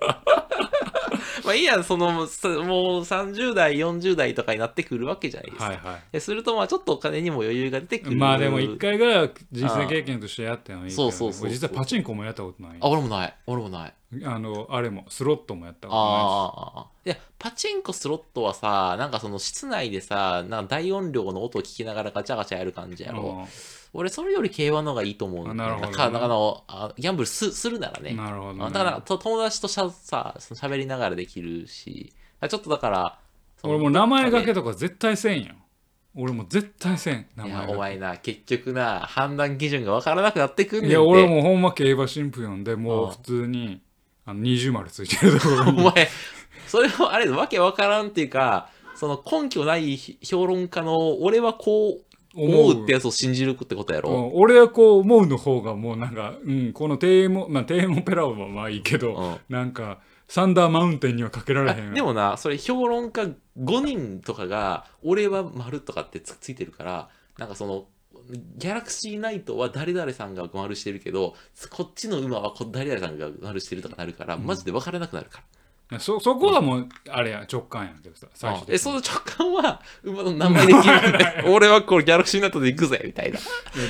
Speaker 2: まあいいやん、その、さもう30代、40代とかになってくるわけじゃないですか。
Speaker 1: はいは
Speaker 2: ですると、まあちょっとお金にも余裕が出てく
Speaker 1: い
Speaker 2: る。
Speaker 1: まあでも1。回ぐらいは人生経験としてやってもいいけど、
Speaker 2: そうそうそうそう
Speaker 1: 俺実はパチンコもやったことない
Speaker 2: あ、俺もない。俺もない。
Speaker 1: あのあれもスロットもやったことないし
Speaker 2: ああ。いや、パチンコスロットはさ、なんかその室内でさ、なんか大音量の音を聞きながらガチャガチャやる感じやろ。俺、それより競馬の方がいいと思う。
Speaker 1: あなるほどね
Speaker 2: かあのあギャンブルすするなら
Speaker 1: う
Speaker 2: ね。
Speaker 1: んなるほど、ね、
Speaker 2: あだからと友達としゃさその喋りながらできるしあちょっとだからその
Speaker 1: 俺もう名前がけとか絶対せんよ俺もう絶対せん名前
Speaker 2: いや
Speaker 1: 掛け
Speaker 2: お前な結局な判断基準が分からなくなってくんねん
Speaker 1: い
Speaker 2: て
Speaker 1: や俺もうほんま競馬新聞読んで
Speaker 2: あ
Speaker 1: もう
Speaker 2: あ
Speaker 1: 普通にあの20丸ついてるところ
Speaker 2: お
Speaker 1: に
Speaker 2: 前それもあれわけ分からんっていうかその根拠ない評論家の俺はこう 思うってやつを信じるってことや
Speaker 1: う
Speaker 2: ろ、
Speaker 1: ん俺はこう思うの方がもうなんか、うん、このテーモまあテーモペラオはまあいいけど、
Speaker 2: うん
Speaker 1: なんかサンダーマウンテンにはかけられ
Speaker 2: あ
Speaker 1: へん
Speaker 2: でもなそれ評論家5人とかが「俺は丸とかってつついてるからなんかそのギャラクシーナイトは誰々さんが丸してるけどこっちの馬はこ誰々さんが丸してるとかなるからマジで分からなくなるから。
Speaker 1: そそこはもうあれや直感やけどさ最初
Speaker 2: えその直感は馬の名前で決めるんだよ俺はこれギャラクシーナイトで行くぜみたいな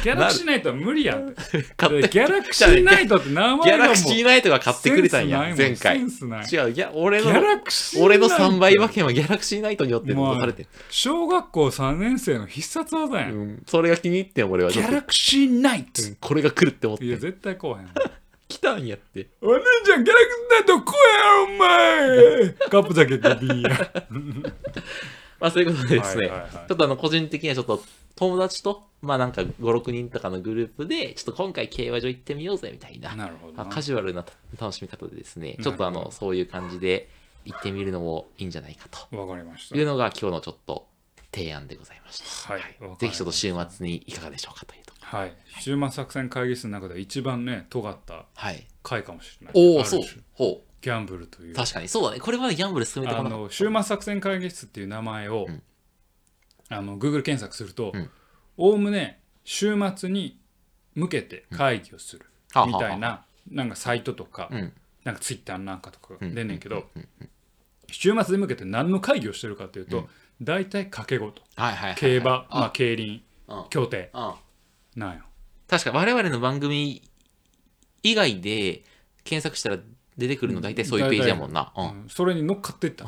Speaker 1: ギャラクシーナイトは無理やんギ
Speaker 2: 勝手ギ
Speaker 1: ャラクシーナイトって名前が
Speaker 2: ャラ
Speaker 1: もう
Speaker 2: クシーナイトが買ってくれたんや
Speaker 1: セン
Speaker 2: 前
Speaker 1: スない
Speaker 2: 回
Speaker 1: もんセ
Speaker 2: 違う
Speaker 1: ンスない
Speaker 2: ギャ俺
Speaker 1: ギャ
Speaker 2: の
Speaker 1: ラクシーナイ
Speaker 2: 俺
Speaker 1: ト
Speaker 2: の3倍馬券はギャラクシーナイトによって残されてる、
Speaker 1: 小学校3年生の必殺技やん、
Speaker 2: うんそれが気に入ってん俺は
Speaker 1: ギ
Speaker 2: ちょっ
Speaker 1: ャ
Speaker 2: と
Speaker 1: ラクシーナイト、
Speaker 2: うんこれが来るって思って
Speaker 1: いや絶対こうへん
Speaker 2: 来たんやって
Speaker 1: お姉ちゃんギャラクシーナイトこうやんお前カップ酒とビール
Speaker 2: まあそういうことでですね、
Speaker 1: はいはいはい
Speaker 2: ちょっとあの個人的にはちょっと友達とまあなんか56人とかのグループでちょっと今回競馬場行ってみようぜみたいな
Speaker 1: なるほど
Speaker 2: まあ
Speaker 1: な
Speaker 2: カジュアルな楽しみ方でですね
Speaker 1: ほど
Speaker 2: ちょっとあのそういう感じで行ってみるのもいいんじゃないかと
Speaker 1: わかりまし
Speaker 2: いうのが今日のちょっと提案でございました
Speaker 1: たはいわかりました
Speaker 2: ぜひちょっと週末にいかがでしょうかというとこ
Speaker 1: はい週末作戦会議室の中では一番ね尖った
Speaker 2: はい
Speaker 1: 回かもしれない
Speaker 2: おお
Speaker 1: ある
Speaker 2: そう
Speaker 1: 種
Speaker 2: ほう
Speaker 1: ギャンブルという
Speaker 2: 確かにそうだねこれはギャンブル進めて
Speaker 1: あ
Speaker 2: こなか
Speaker 1: の
Speaker 2: っ
Speaker 1: 週末作戦会議室っていう名前を、
Speaker 2: うん
Speaker 1: あの Google 検索すると
Speaker 2: うん
Speaker 1: おおむね週末に向けて会議をする
Speaker 2: た
Speaker 1: みたい
Speaker 2: は
Speaker 1: ななんかサイトとか、
Speaker 2: あはあうん
Speaker 1: なんかツイッターなんかとか
Speaker 2: う
Speaker 1: 出ん
Speaker 2: ん
Speaker 1: ねんけど、週末に向けて何の会議をしてるかっていうと、大体掛け事
Speaker 2: はいはいはいはい
Speaker 1: 競 馬、まあ、競輪
Speaker 2: うん
Speaker 1: 競艇
Speaker 2: うん
Speaker 1: なんよ
Speaker 2: 確か我々の番組以外で検索したら出てくるの大体そういうページやもんな、う
Speaker 1: うんんそれに乗っかってったっ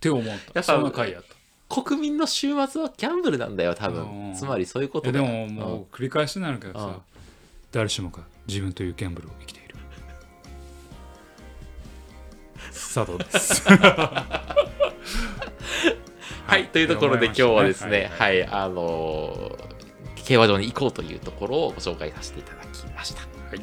Speaker 1: て思っ
Speaker 2: ぱ
Speaker 1: たそんな会やった
Speaker 2: 国民の週末はギャンブルなんだよ多分、
Speaker 1: うん
Speaker 2: つまりそういうこ
Speaker 1: いや
Speaker 2: とだ
Speaker 1: で
Speaker 2: よ
Speaker 1: ももう繰り返しになるけどさ、
Speaker 2: うん
Speaker 1: 誰しもが自分というギャンブルを生きている佐藤です
Speaker 2: はいというところで今日はですね
Speaker 1: はい
Speaker 2: はい、あのー競馬場に行こうというところをご紹介させていただきました
Speaker 1: はい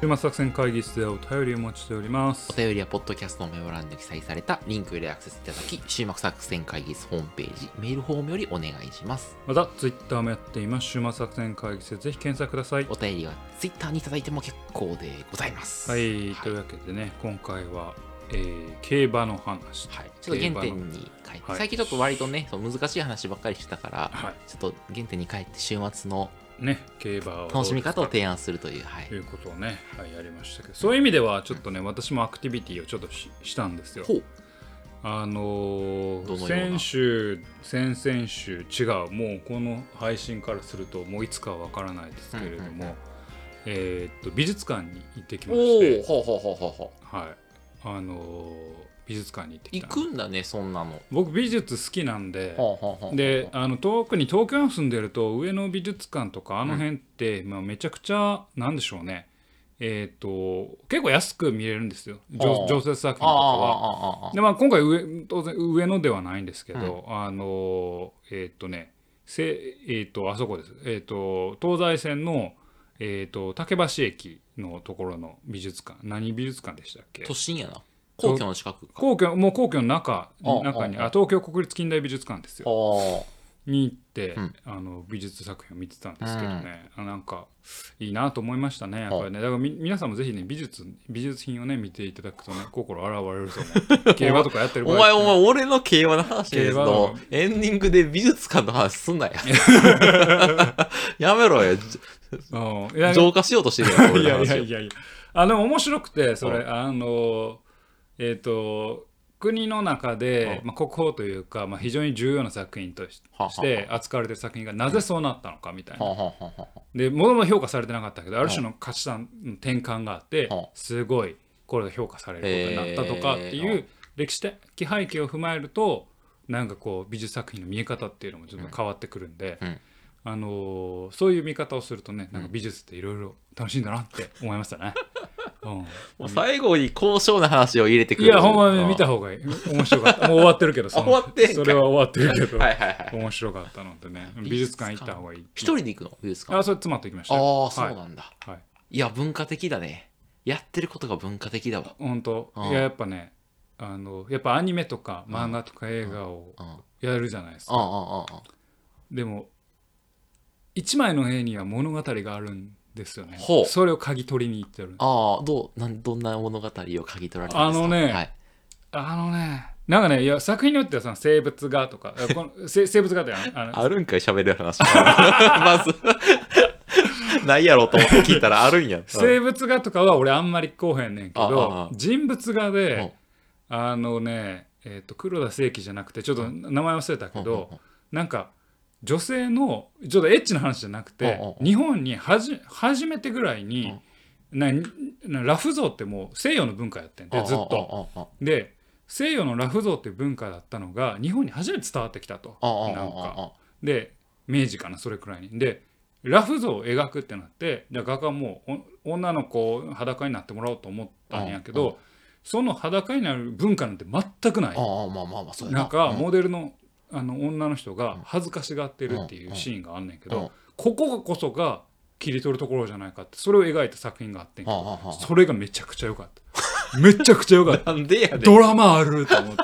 Speaker 1: 週末作戦会議室ではお便りをお待ちしております
Speaker 2: お便りはポッドキャストのメモ欄に記載されたリンクよりアクセスいただき週末作戦会議室ホームページメールフォームよりお願いします
Speaker 1: またツイッターもやっています週末作戦会議室でぜひ検索ください
Speaker 2: お便りは Twitter にいただいても結構でございます
Speaker 1: はい、というわけでね今回は、えー競馬の話
Speaker 2: はい、ちょっと原点に帰って、
Speaker 1: はい
Speaker 2: 最近ちょっと割とねその難しい話ばっかりしてたから、
Speaker 1: はい
Speaker 2: ちょっと原点に帰って週末の
Speaker 1: ね競馬を
Speaker 2: 楽しみ方を提案するという、は
Speaker 1: と
Speaker 2: い、
Speaker 1: いうことをね、はい、やりましたけどそういう意味ではちょっとね、私もアクティビティをちょっとししたんですよ
Speaker 2: ほ。う
Speaker 1: あのー
Speaker 2: どのよう
Speaker 1: 先
Speaker 2: な
Speaker 1: 週先々週違うもうこの配信からするともういつかはわからないですけれども、
Speaker 2: うんうんうん
Speaker 1: えーっと美術館に行ってきまし
Speaker 2: おお
Speaker 1: て、
Speaker 2: ほうほうほうほうほう
Speaker 1: はいあのー美術館に行ってき
Speaker 2: 行
Speaker 1: た
Speaker 2: くんだねそんなの
Speaker 1: 僕美術好きなんで、
Speaker 2: ほうほうほうほう
Speaker 1: であの遠くに東京に住んでると上野美術館とかあの辺って、まあ、めちゃくちゃなんでしょうねえっ、と結構安く見れるんですよ
Speaker 2: あ
Speaker 1: 常
Speaker 2: あ
Speaker 1: 常設作品とか
Speaker 2: ああ
Speaker 1: は。
Speaker 2: ああああ
Speaker 1: でまあ今回上当然上野ではないんですけど、あのえっ、とねせえっ、とあそこですえっ、と東西線のえっ、と竹橋駅のところの美術館何美術館でしたっけ
Speaker 2: 都心やな皇居の近くか
Speaker 1: 皇居もう皇居の中
Speaker 2: ああ
Speaker 1: 中に
Speaker 2: ああ
Speaker 1: あ東京国立近代美術館ですよ
Speaker 2: ああ
Speaker 1: に行って、
Speaker 2: うん
Speaker 1: あの美術作品を見てたんですけどね、あなんかいいなと思いましたねやっぱりねだからみ皆さんもぜひね美術美術品をね見ていただくとね心洗われると思う 競馬とかやってる
Speaker 2: お
Speaker 1: 場合
Speaker 2: 前お前俺の競馬の話で
Speaker 1: 競
Speaker 2: す
Speaker 1: 馬
Speaker 2: の
Speaker 1: の
Speaker 2: エンディングで美術館の話すんなや やめろよじ
Speaker 1: うんいや
Speaker 2: 浄化しようとしてるやん
Speaker 1: い
Speaker 2: 俺の
Speaker 1: やい
Speaker 2: 話
Speaker 1: や
Speaker 2: を
Speaker 1: いやいやあでも面白くてそれあのえっ、と国の中で、
Speaker 2: うん
Speaker 1: まあ、国宝というか、まあ、非常に重要な作品とし
Speaker 2: ははは
Speaker 1: して扱われてる作品がなぜそうなったのかみたいな
Speaker 2: はあはあはあはあ
Speaker 1: でものも評価されてなかったけどある種の価値観の転換があって
Speaker 2: はあ
Speaker 1: すごいこれが評価されることになったとかって
Speaker 2: へ
Speaker 1: い
Speaker 2: ー
Speaker 1: う歴史的背景を踏まえるとなんかこう美術作品の見え方っていうのもちょっと変わってくるんで、
Speaker 2: うん
Speaker 1: あのーそういう見方をするとねなんか美術っていろいろ楽しいんだなって思いま したね。う
Speaker 2: もう最後に高尚な話を入れてく
Speaker 1: ん、い
Speaker 2: る
Speaker 1: やほんまに見た
Speaker 2: は
Speaker 1: 方がいい面白かったもう終わってるけどその
Speaker 2: 終わってんかい
Speaker 1: それは終わってるけど、
Speaker 2: いはいはい
Speaker 1: 面白かったのでね美
Speaker 2: 美
Speaker 1: 術
Speaker 2: 術
Speaker 1: 館
Speaker 2: 館
Speaker 1: 行った方がいい。
Speaker 2: 一人で行くの美術館
Speaker 1: あそれ妻と行きましたよ。
Speaker 2: ああそうなんだ、
Speaker 1: はいはい
Speaker 2: い、や文化的だねやってることが文化的だわ
Speaker 1: 本当
Speaker 2: うん
Speaker 1: いややっぱねあのやっぱアニメとか漫画とか映画を
Speaker 2: うんうん
Speaker 1: やるじゃないです
Speaker 2: うん
Speaker 1: か
Speaker 2: うんうん
Speaker 1: でも一枚の絵には物語があるんですよね
Speaker 2: ほう
Speaker 1: それを嗅ぎ取りに行ってる
Speaker 2: ああどうなんどんな物語を嗅ぎ取られたんですか
Speaker 1: あのね
Speaker 2: はい、
Speaker 1: あのねなんかねいや作品によってはその生物画 とかいやこのせ生物画ってあのあの
Speaker 2: あるんかい喋れる話まずないやろと思って聞いたらあるんや
Speaker 1: 生物画とかは俺あんまりこうへんねんけ
Speaker 2: ああ
Speaker 1: ど
Speaker 2: あ
Speaker 1: 人物画であのねえっと黒田清輝じゃなくてちょっと名前忘れたけど、なんか女性のちょっとエッチな話じゃなくて、
Speaker 2: うんうんうん
Speaker 1: 日本にはじ初めてぐらいに、ななラフ像ってもう西洋の文化やってんでずっと。
Speaker 2: と
Speaker 1: で西洋のラフ像っていう文化だったのが日本に初めて伝わってきたと。なんかで明治かなそれくらいに。でラフ像を描くってなってじゃあ画家はもうお女の子を裸になってもらおうと思ったんやけど、
Speaker 2: うんうん
Speaker 1: その裸になる文化なんて全くない
Speaker 2: あ。あまあまあまあそうや
Speaker 1: なんか
Speaker 2: う
Speaker 1: モデルのあの女の人が恥ずかしがってるっていうシーンがあんねんけ
Speaker 2: うんうん
Speaker 1: どこここそが切り取るところじゃないかってそれを描いた作品があってんけ
Speaker 2: ああ
Speaker 1: ど
Speaker 2: ああ
Speaker 1: それがめちゃくちゃ良かっためちゃくちゃ良かっ
Speaker 2: なんでや
Speaker 1: た
Speaker 2: で
Speaker 1: ドラマあると思って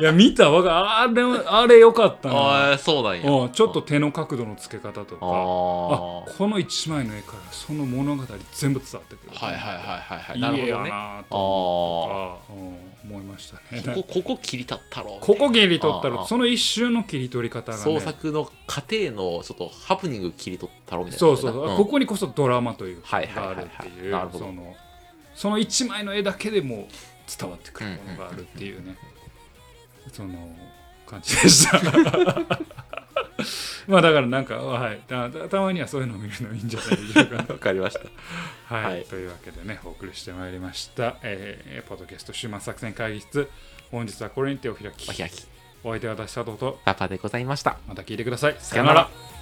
Speaker 1: いや見たわがあれあれ良かったな
Speaker 2: ああそうなんや
Speaker 1: うんちょっと手の角度のつけ方とかあ
Speaker 2: ああ
Speaker 1: この一枚の絵からその物語全部伝わってくる
Speaker 2: はいはいはいはいはい
Speaker 1: い
Speaker 2: なるほ
Speaker 1: い絵や
Speaker 2: どね
Speaker 1: な
Speaker 2: ああ
Speaker 1: とかうん思いましたね
Speaker 2: ここここ切り立ったろうね
Speaker 1: ここ切り取った
Speaker 2: あ
Speaker 1: ら
Speaker 2: あ
Speaker 1: その一周の切り取り方が、ね、
Speaker 2: 創作の過程のちょっとハプニング切り取ったろうみたいな
Speaker 1: そうそうそう、
Speaker 2: ん
Speaker 1: ここにこそドラマという
Speaker 2: は
Speaker 1: か
Speaker 2: いはい
Speaker 1: が
Speaker 2: は
Speaker 1: あ
Speaker 2: いは
Speaker 1: る
Speaker 2: い
Speaker 1: っていう
Speaker 2: なるほど
Speaker 1: そのその一枚の絵だけでも伝わってくるものがあるっていうね、その感じでした まあだからなんかはいたたたまにはそういうのを見るのいいんじゃないでしょう か
Speaker 2: わかりました
Speaker 1: はい、
Speaker 2: はい
Speaker 1: というわけでねお送りしてまいりました、えーポッドキャスト終末作戦会議室本日はこれにてお開き
Speaker 2: お開き
Speaker 1: お相手は私佐藤と
Speaker 2: パパでございました
Speaker 1: また聞いてくださいさ
Speaker 2: さよ
Speaker 1: よ
Speaker 2: な
Speaker 1: な
Speaker 2: ら
Speaker 1: ら